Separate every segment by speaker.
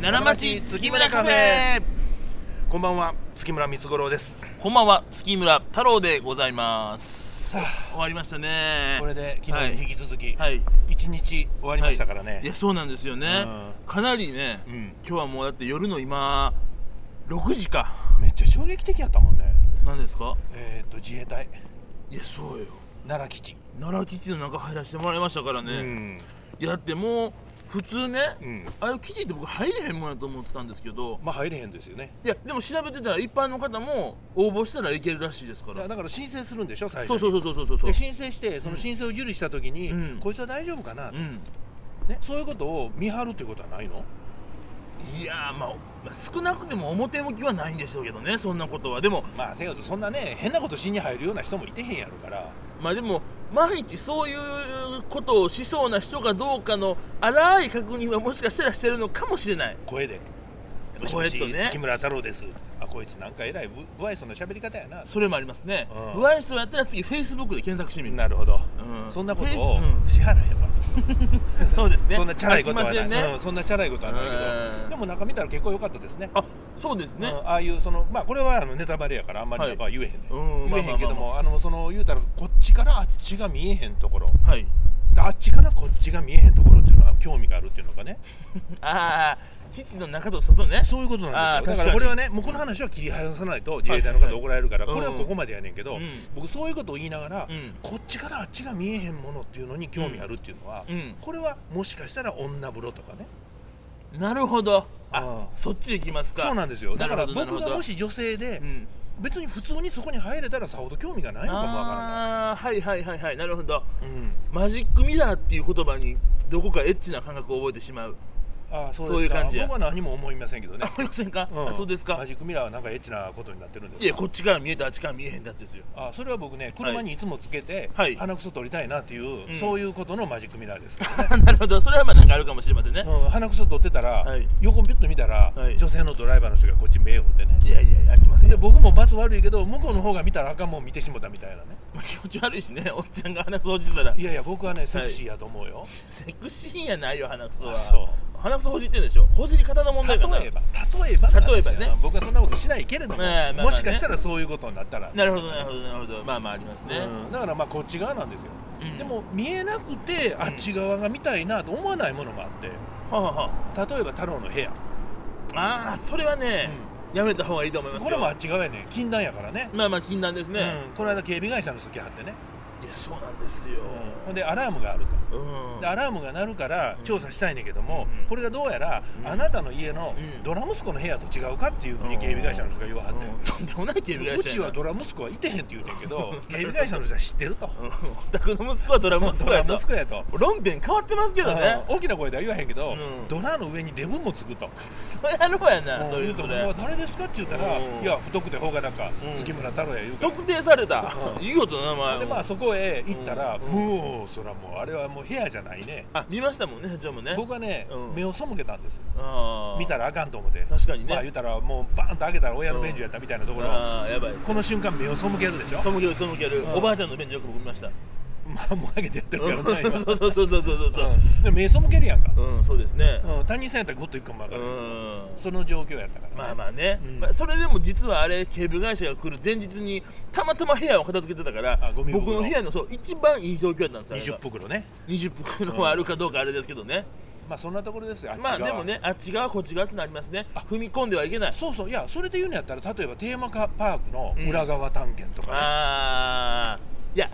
Speaker 1: 奈良町月村カフェ
Speaker 2: こんばんは月村光五郎です
Speaker 1: こんばんは月村太郎でございます
Speaker 2: さあ
Speaker 1: 終わりましたね
Speaker 2: これで昨日に引き続き
Speaker 1: はい
Speaker 2: 一日終わりましたからね
Speaker 1: いやそうなんですよねかなりね、
Speaker 2: うん
Speaker 1: 今日はもうだって夜の今6時か
Speaker 2: めっちゃ衝撃的やったもんね
Speaker 1: なんですか
Speaker 2: えっと自衛隊
Speaker 1: いやそうよ
Speaker 2: 奈良基地
Speaker 1: 奈良基地の中入らせてもらいましたからね、
Speaker 2: うん
Speaker 1: いやだってもう普通ね、
Speaker 2: うん
Speaker 1: ああいう基地って僕入れへんもんやと思ってたんですけど
Speaker 2: まあ入れへんですよね
Speaker 1: いやでも調べてたら一般の方も応募したらいけるらしいですか
Speaker 2: だ
Speaker 1: ら
Speaker 2: から申請するんでしょ最初
Speaker 1: そう
Speaker 2: に
Speaker 1: そうそうそうそうそう
Speaker 2: で申請してその申請を受理した時に、
Speaker 1: うん
Speaker 2: こいつは大丈夫かな、
Speaker 1: うん
Speaker 2: ね、そういうことを見張るということはないの
Speaker 1: いやーまあ、まあ少なくても表向きはないんでしょうけどねそんなことはでも
Speaker 2: まあせよとそんなね変なことしに入るような人もいてへんやろから
Speaker 1: まあでも毎日そういうことをしそうな人かどうかの荒い確認はもしかしたらしてるのかもしれない
Speaker 2: 声で「もしもし、
Speaker 1: 声とね
Speaker 2: 月村太郎です」あこいつなんかえらいぶ不愛想な喋り方やな
Speaker 1: それもありますね
Speaker 2: うん
Speaker 1: 不愛想やったら次フェイスブックで検索してみる
Speaker 2: なるほど、
Speaker 1: うん
Speaker 2: そんなこと
Speaker 1: フェイス
Speaker 2: を
Speaker 1: うん
Speaker 2: 支払えば、
Speaker 1: そうですね
Speaker 2: そんなチャラいことはな
Speaker 1: あ
Speaker 2: い、
Speaker 1: りませんね
Speaker 2: うんそんなチャラいことはないけ
Speaker 1: うん
Speaker 2: どでも中見たら結構良かったですね
Speaker 1: あそうですね
Speaker 2: うんああいうそのまあこれはあのネタバレやからあんまり
Speaker 1: はい
Speaker 2: やっぱ言えへんね、
Speaker 1: うん
Speaker 2: 言えへんけ
Speaker 1: まあまあ
Speaker 2: ど
Speaker 1: まあ
Speaker 2: もあのその言うたらこっちからあっちが見えへんところ
Speaker 1: はい
Speaker 2: であっちからこっちが見えへんところっていうのは興味があるっていうのかね
Speaker 1: ああ基地の中と外ね
Speaker 2: そういうことなんで
Speaker 1: あー
Speaker 2: すよだか
Speaker 1: 確からに
Speaker 2: これはねもうこの話は切り離さないと自衛隊の
Speaker 1: はいは
Speaker 2: 方
Speaker 1: い
Speaker 2: 怒られるから
Speaker 1: うん
Speaker 2: これはここまでやねんけど、
Speaker 1: うん
Speaker 2: 僕そういうことを言いながら、
Speaker 1: うん
Speaker 2: こっちからあっちが見えへんものっていうのに興味あるっていうのは、
Speaker 1: うん
Speaker 2: これはもしかしたら女風呂とかね
Speaker 1: なるほどあ
Speaker 2: あ
Speaker 1: そっち行きますか
Speaker 2: そうなんですよだか
Speaker 1: な
Speaker 2: ら
Speaker 1: るほどな
Speaker 2: 僕
Speaker 1: るほ
Speaker 2: が
Speaker 1: ど
Speaker 2: もし女性で、
Speaker 1: うん
Speaker 2: 別に普通にそこに入れたらさほど興味がないのかもわからない。
Speaker 1: ああーはいはいはいはいなるほど
Speaker 2: うん
Speaker 1: マジックミラーっていう言葉にどこかエッチな感覚を覚えてし まう
Speaker 2: あーそう
Speaker 1: そういう
Speaker 2: ですか
Speaker 1: 感じや
Speaker 2: 僕は何も思いませんけどね
Speaker 1: あ、思いませんか、
Speaker 2: ん
Speaker 1: あそうですか
Speaker 2: マジックミラーはなんかエッチなことになってるんです
Speaker 1: いやこっちから見えてあっちから見えへんってやつですよ
Speaker 2: あそれは僕ね車にいつもつけて、
Speaker 1: はい
Speaker 2: 鼻くそ取りたいなっていう、
Speaker 1: うん
Speaker 2: そういうことのマジックミラーですけどね、
Speaker 1: なるほどそれはまあなんかあるかもしれませんね、
Speaker 2: うん、鼻くそ取ってたら、
Speaker 1: はい
Speaker 2: 横ピュッと見たら、
Speaker 1: はい
Speaker 2: 女性のドライバーの人がこっち目を追ってね
Speaker 1: いやいやいや飽きません
Speaker 2: で
Speaker 1: よ
Speaker 2: 僕も罰悪いけど向こうの方が見たらあかんもん見てしもたみたいなね
Speaker 1: まあ気持ち悪いしねおっちゃんが鼻掃除してたら
Speaker 2: いやいや僕はねセクシーやと思うよ、
Speaker 1: セクシーやないよ鼻くそは
Speaker 2: あそう
Speaker 1: 鼻くそほじってんでしょほじり方の問題かな
Speaker 2: 例えば例えばなんですよ
Speaker 1: 例えばね
Speaker 2: 僕はそんなことしないけれども、
Speaker 1: まあまあまあね
Speaker 2: もしかしたらそういうことになったら
Speaker 1: なるほどなるほどなるほどまあまあありますね、
Speaker 2: うんだからまあこっち側なんですよ、
Speaker 1: うん
Speaker 2: でも見えなくてあっち側が見たいなと思わないものもあって
Speaker 1: ははは
Speaker 2: 例えば太郎の部屋
Speaker 1: ああそれはね、やめた方がいいと思いますよ
Speaker 2: これもあっち側やね禁断やからね
Speaker 1: まあまあ禁断ですね、
Speaker 2: うん、この間警備会社の人来はってね、
Speaker 1: いやそうなんですよ、
Speaker 2: ほんでアラームがあると
Speaker 1: うん
Speaker 2: でアラームが鳴るから調査したいねんけども、
Speaker 1: うん
Speaker 2: これがどうやら、
Speaker 1: うん
Speaker 2: あなたの家の
Speaker 1: うん
Speaker 2: ドラ息子の部屋と違うかっていうふうに警備会社の人が言わはっ
Speaker 1: う
Speaker 2: て、
Speaker 1: んとんでもない警
Speaker 2: う
Speaker 1: 備会社やな
Speaker 2: ちはドラ息子はいてへんって言うてん けど警備会社の人は知ってると、
Speaker 1: うんお宅の息子はド ラム息
Speaker 2: ド
Speaker 1: 子や
Speaker 2: ラ
Speaker 1: と
Speaker 2: 息子やと。
Speaker 1: 論点変わってますけどね
Speaker 2: うん大きな声では言わへんけど、
Speaker 1: うん
Speaker 2: ドラの上にデブもつくと、
Speaker 1: そやろうやなそういう
Speaker 2: と
Speaker 1: こ
Speaker 2: こ
Speaker 1: れ
Speaker 2: 誰ですかって言ったら、
Speaker 1: うん
Speaker 2: いや太くて方がなんか、
Speaker 1: うん
Speaker 2: 月村太郎や言うから
Speaker 1: 特定された
Speaker 2: うん
Speaker 1: いいことな名前
Speaker 2: でまあそこへ行ったら、
Speaker 1: うん
Speaker 2: もうそらもうあれはもう部屋じゃないね
Speaker 1: あ見ましたもんね社長もね
Speaker 2: 僕はね、
Speaker 1: うん
Speaker 2: 目を背けたんですよ
Speaker 1: あ
Speaker 2: 見た
Speaker 1: ら
Speaker 2: らあかんと思って
Speaker 1: 確かにね
Speaker 2: まあ言うたらもうバーンと開けたら親の便所やったみたいなところ、
Speaker 1: ああやばいです
Speaker 2: この瞬間目を背けるでしょ、
Speaker 1: 背ける背ける
Speaker 2: うん
Speaker 1: おばあちゃんの便所よく僕見ました
Speaker 2: まあもう開けてやってるからな今
Speaker 1: うん そうそうそうそうそうそう
Speaker 2: うんで目背けるやんか、
Speaker 1: うんそうですね
Speaker 2: うん、他人さんやったらゴッと行くかもわか
Speaker 1: う
Speaker 2: る、
Speaker 1: ん
Speaker 2: その状況やったから、
Speaker 1: まあまあね
Speaker 2: うん
Speaker 1: まあそれでも実はあれ警備会社が来る前日にたまたま部屋を片付けてたから
Speaker 2: あゴ
Speaker 1: 僕
Speaker 2: ミ袋
Speaker 1: の部屋のそう一番いい状況やったんですよあれが
Speaker 2: 20袋ね
Speaker 1: 20袋はあるかどうかあれですけどね
Speaker 2: まあそんなところですよあっち
Speaker 1: まあ
Speaker 2: 側
Speaker 1: でもねあっち側こっち側ってなりますね踏み込んではいけない
Speaker 2: そうそういやそれで言うのやったら例えばテーマパークの裏側探検とかね、
Speaker 1: ああいや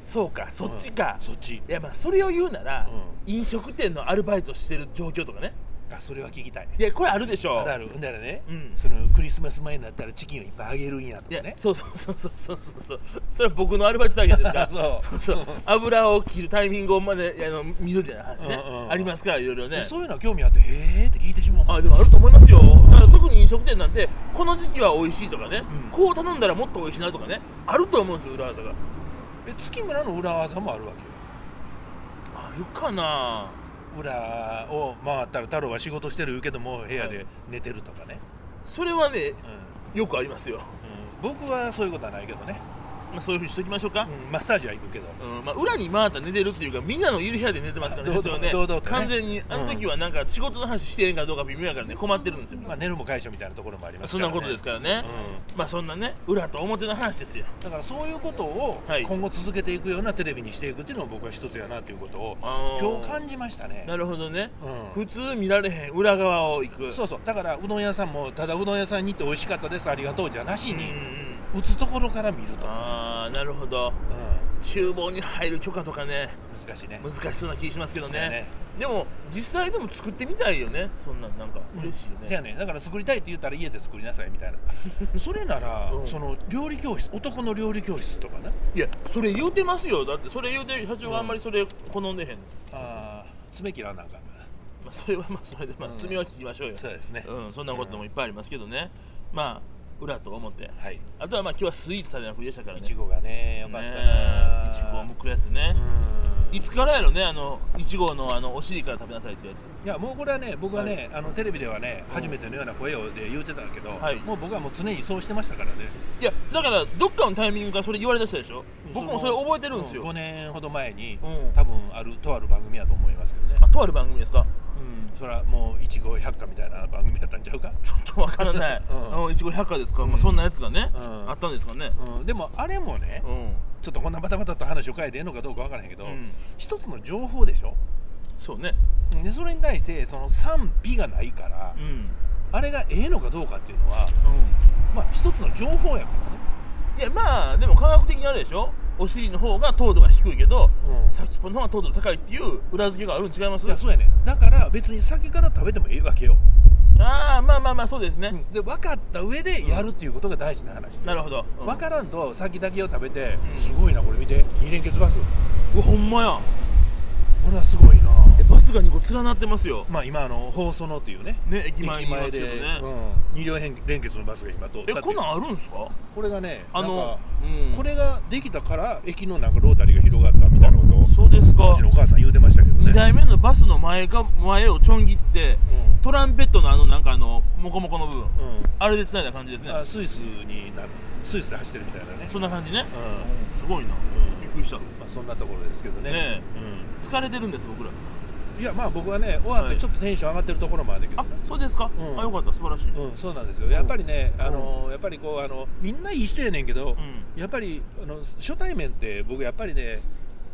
Speaker 1: そうかそっちか、
Speaker 2: そっち
Speaker 1: いやまあそれを言うなら、
Speaker 2: う
Speaker 1: 飲食店のアルバイトしてる状況とかね
Speaker 2: あそれは聞きたい
Speaker 1: いやこれあるでしょ
Speaker 2: あるあるほんならね、
Speaker 1: うん
Speaker 2: そのクリスマス前になったらチキンをいっぱいあげるんやと
Speaker 1: い
Speaker 2: か
Speaker 1: や、
Speaker 2: ね
Speaker 1: そうそうそうそうそうそうそうそれは僕のアルバイトだけですから
Speaker 2: そう
Speaker 1: そうそう油を切るタイミングをまであの見るみたいな話ね、
Speaker 2: うんうん
Speaker 1: ありますからいろいろね
Speaker 2: でそういうのは興味あってへえって聞いてしまう
Speaker 1: あでもあると思いますよだから特に飲食店なんてこの時期は美味しいとかね、
Speaker 2: うん
Speaker 1: こう頼んだらもっと美味しいなとかねあると思うんですよ裏技が
Speaker 2: え月村の裏技もあるわけよ
Speaker 1: あるかな
Speaker 2: 裏を回ったら太郎は仕事してる言うけども部屋
Speaker 1: は
Speaker 2: で寝てるとかね、
Speaker 1: それはね
Speaker 2: うん
Speaker 1: よくありますよ
Speaker 2: うん僕はそういうことはないけどね
Speaker 1: まあ、そういうふうにしときましょうか、
Speaker 2: うんマッサージは行くけど
Speaker 1: うんまあ、裏にまた寝てるっていうかみんなのいる部屋で寝てますからね
Speaker 2: 堂々
Speaker 1: 一応ね
Speaker 2: 堂々とね
Speaker 1: 完全にあの時はなんか仕事の話してへんかどうか微妙やからね困ってるんですよ、
Speaker 2: まあ寝るも会社みたいなところもあります
Speaker 1: そ
Speaker 2: か
Speaker 1: んな
Speaker 2: ら、ね、
Speaker 1: ことですからね、まあそんなね裏と表の話ですよ
Speaker 2: だからそういうことを
Speaker 1: はい
Speaker 2: 今後続けていくようなテレビにしていくっていうのも僕は一つやなということを
Speaker 1: あー
Speaker 2: 今日感じましたね
Speaker 1: なるほどね、
Speaker 2: う
Speaker 1: 普
Speaker 2: ん
Speaker 1: 通見られへん裏側を行く
Speaker 2: そうそうだからうどん屋さんもただうどん屋さんに行って美味しかったですありがとうじゃなし
Speaker 1: うんうん
Speaker 2: に打つところから見ると、
Speaker 1: ああなるほど
Speaker 2: う
Speaker 1: 厨房に入る許可とかね
Speaker 2: ん、難しいね
Speaker 1: 難しそうな気しますけど
Speaker 2: そう
Speaker 1: ね
Speaker 2: やね
Speaker 1: でも実際でも作ってみたいよねそんなんなんか嬉しいよ
Speaker 2: せや
Speaker 1: ね、
Speaker 2: ねだから作りたいって言ったら家で作りなさいみたいなそれなら、
Speaker 1: うん
Speaker 2: その料理教室男の料理教室とかね
Speaker 1: いやそれ言うてますよだってそれ言うてる社長はあんまりそれ好んでへんの、
Speaker 2: あー爪切らなあかんから
Speaker 1: まあ、それはまあそれでまあ
Speaker 2: うん
Speaker 1: 罪は聞きましょうよ、
Speaker 2: そうですね、
Speaker 1: うん、そんなこともいっぱいありますけどね、まあ裏と表
Speaker 2: はい
Speaker 1: あとはまあ今日はスイーツ食べなくてでしたから
Speaker 2: い
Speaker 1: ね
Speaker 2: ちごがねよかったな
Speaker 1: ねえいちごを剥くやつね、
Speaker 2: うん
Speaker 1: いつからやろねあのいちごのあのお尻から食べなさいってやつ
Speaker 2: いやもうこれはね僕はね、
Speaker 1: は
Speaker 2: あのテレビではね、
Speaker 1: うん
Speaker 2: 初めてのような声をで言うてたけど、
Speaker 1: はい
Speaker 2: もう僕はもう常にそうしてましたからね
Speaker 1: いやだからどっかのタイミングからそれ言われだしたでしょ僕もそれ
Speaker 2: の
Speaker 1: 覚えてるんです
Speaker 2: う5
Speaker 1: よ
Speaker 2: 年ほど前に、
Speaker 1: うん
Speaker 2: 多分あるとある番組やと思いますけどね
Speaker 1: あとある番組ですか
Speaker 2: うんそれはもういちご百科みたいな番組やったんちゃうか
Speaker 1: ちょっとわからない
Speaker 2: うん
Speaker 1: あのいちご百科ですか、
Speaker 2: う
Speaker 1: まあ、
Speaker 2: ん
Speaker 1: そんなやつがね、
Speaker 2: うん
Speaker 1: あったんですかね
Speaker 2: うん、でもあれもね、
Speaker 1: うん
Speaker 2: ちょっとこんなバタバタと話を変えていいのかどうかわからへんけど、
Speaker 1: うん
Speaker 2: 一つの情報でしょ
Speaker 1: そうね
Speaker 2: でそれに対してその賛否がないから、
Speaker 1: うん、うん、
Speaker 2: あれがええのかどうかっていうのはまあ一つの情報やか
Speaker 1: いやまあでも科学的にあれでしょお尻の方が糖度が低いけど、
Speaker 2: らね、
Speaker 1: 先っぽの方が糖度が高いっていう裏付けがあるに違います
Speaker 2: いやそうやねだから別に先から食べてもええわけよ、
Speaker 1: ああまあまあまあそうですね、
Speaker 2: で分かった上でやるっていうことが大事な話、
Speaker 1: なるほど、うん
Speaker 2: 分からんと先だけを食べて、
Speaker 1: うん
Speaker 2: すごいなこれ見て二連結バス
Speaker 1: うわほんまや
Speaker 2: これはすごいな
Speaker 1: えバスが2個連なってますよ
Speaker 2: まあ今あの放送のっていうね
Speaker 1: ね駅前にいますけど
Speaker 2: 駅
Speaker 1: ね、
Speaker 2: うん、二両編連結のバスが今通ったってい
Speaker 1: え
Speaker 2: う
Speaker 1: こんなんあるんですか
Speaker 2: これがね
Speaker 1: あの、
Speaker 2: なんか
Speaker 1: こ
Speaker 2: こ
Speaker 1: れ
Speaker 2: れができたから駅のなんかロータリーが広がったみたいなことを
Speaker 1: そうですか
Speaker 2: うちのお母さん言うてましたけどね
Speaker 1: 2台目のバスの前が前をちょん切って
Speaker 2: うん
Speaker 1: トランペットのあのなんかあのモコモコの部分
Speaker 2: う
Speaker 1: あれでつないだ感じですね
Speaker 2: ん、あスイスになるスイスで走ってるみたいなね
Speaker 1: そんな感じね
Speaker 2: うん、
Speaker 1: すごいな
Speaker 2: うん
Speaker 1: びっくりした
Speaker 2: まあ、そんなところですけどね
Speaker 1: ね疲れてるんです僕ら
Speaker 2: うん、いやまあ僕はね終わっ
Speaker 1: は
Speaker 2: て
Speaker 1: い
Speaker 2: ちょっとテンション上がってるところもあるんだけど
Speaker 1: あ
Speaker 2: ね、
Speaker 1: そうですか
Speaker 2: うん
Speaker 1: あよかった素晴らしい
Speaker 2: うん、そうなんですよやっぱりね、あのやっぱりこうあのみんないい人やねんけど、
Speaker 1: う
Speaker 2: やっぱりあの初対面って僕やっぱりね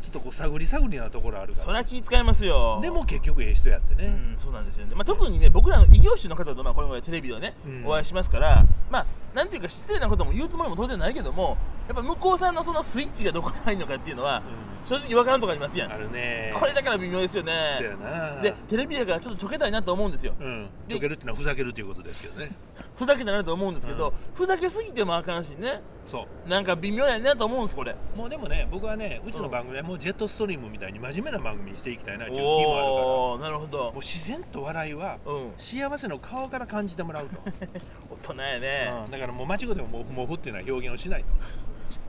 Speaker 2: ちょっとこう探り探りなところあるから
Speaker 1: そりゃ気使いますよ
Speaker 2: でも結局ええ人やって
Speaker 1: う
Speaker 2: ね、
Speaker 1: ん、そうなんですよね、まあ、特にね僕らの異業種の方とまあこれまでテレビではね、
Speaker 2: うん
Speaker 1: お会いしますからまあなんていうか失礼なことも言うつもりも当然ないけどもやっぱ向こうさんのそのスイッチがどこに入るのかっていうのは、
Speaker 2: う
Speaker 1: 正直わからんとこありますやん
Speaker 2: あるね
Speaker 1: これだから微妙ですよ
Speaker 2: そうや
Speaker 1: ね
Speaker 2: な
Speaker 1: でテレビだからちょっとちょけたいなと思うんですよ、
Speaker 2: うん
Speaker 1: で
Speaker 2: 溶けるっていうのはふざけるということですけどね
Speaker 1: ふざけたいなと思うんですけど、
Speaker 2: うん
Speaker 1: ふざけすぎてもあかんしね
Speaker 2: そ
Speaker 1: なんか微妙やなと思うんですこれ
Speaker 2: うもうでもね僕はねうちの番組はもうジェットストリームみたいに真面目な番組にしていきたいなっていう気もあるから
Speaker 1: おおなるほど
Speaker 2: もう自然と笑いは
Speaker 1: うん
Speaker 2: 幸せの顔から感じてもらうと、
Speaker 1: 大人やね、
Speaker 2: うんだからもう間違でもモフモフっていうのは表現をしないと、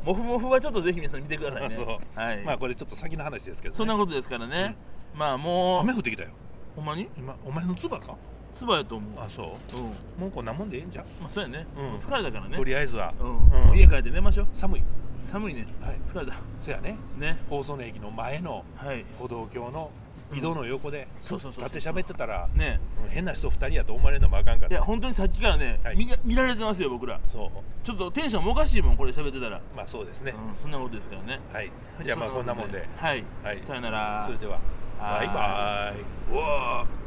Speaker 1: モフモフはちょっとぜひ皆さん見てくださいね
Speaker 2: そう
Speaker 1: はい、
Speaker 2: まあこれちょっと先の話ですけど、ね、
Speaker 1: そんなことですからね、まあもう
Speaker 2: 雨降ってきたよ
Speaker 1: ほんまに
Speaker 2: 今お前の唾か
Speaker 1: つばやと思う
Speaker 2: あそ
Speaker 1: うん
Speaker 2: うもうこんなもんでええんじゃん、
Speaker 1: まあそうやね、
Speaker 2: うん
Speaker 1: もう疲れたからね
Speaker 2: とりあえずは、
Speaker 1: うん
Speaker 2: うん
Speaker 1: 家帰って寝ましょう
Speaker 2: 寒い
Speaker 1: 寒いね
Speaker 2: はい
Speaker 1: 疲れた
Speaker 2: そやね
Speaker 1: ね
Speaker 2: 放送の駅の前の
Speaker 1: はい
Speaker 2: 歩道橋の井戸の横で
Speaker 1: そうそうそう
Speaker 2: 立って喋ってたら、
Speaker 1: ね
Speaker 2: うん変な人2人やと思われるのもあかんから
Speaker 1: いや本当にさっきからね、
Speaker 2: はい
Speaker 1: 見が見られてますよ僕ら
Speaker 2: そう
Speaker 1: ちょっとテンションもおかしいもんこれ喋ってたら、
Speaker 2: まあそうですね、
Speaker 1: うん、そんなことですからね
Speaker 2: はいじゃあまあこんなもんで
Speaker 1: はい、
Speaker 2: はい
Speaker 1: さよなら
Speaker 2: それでは
Speaker 1: は
Speaker 2: バ
Speaker 1: い
Speaker 2: イバイ
Speaker 1: うわー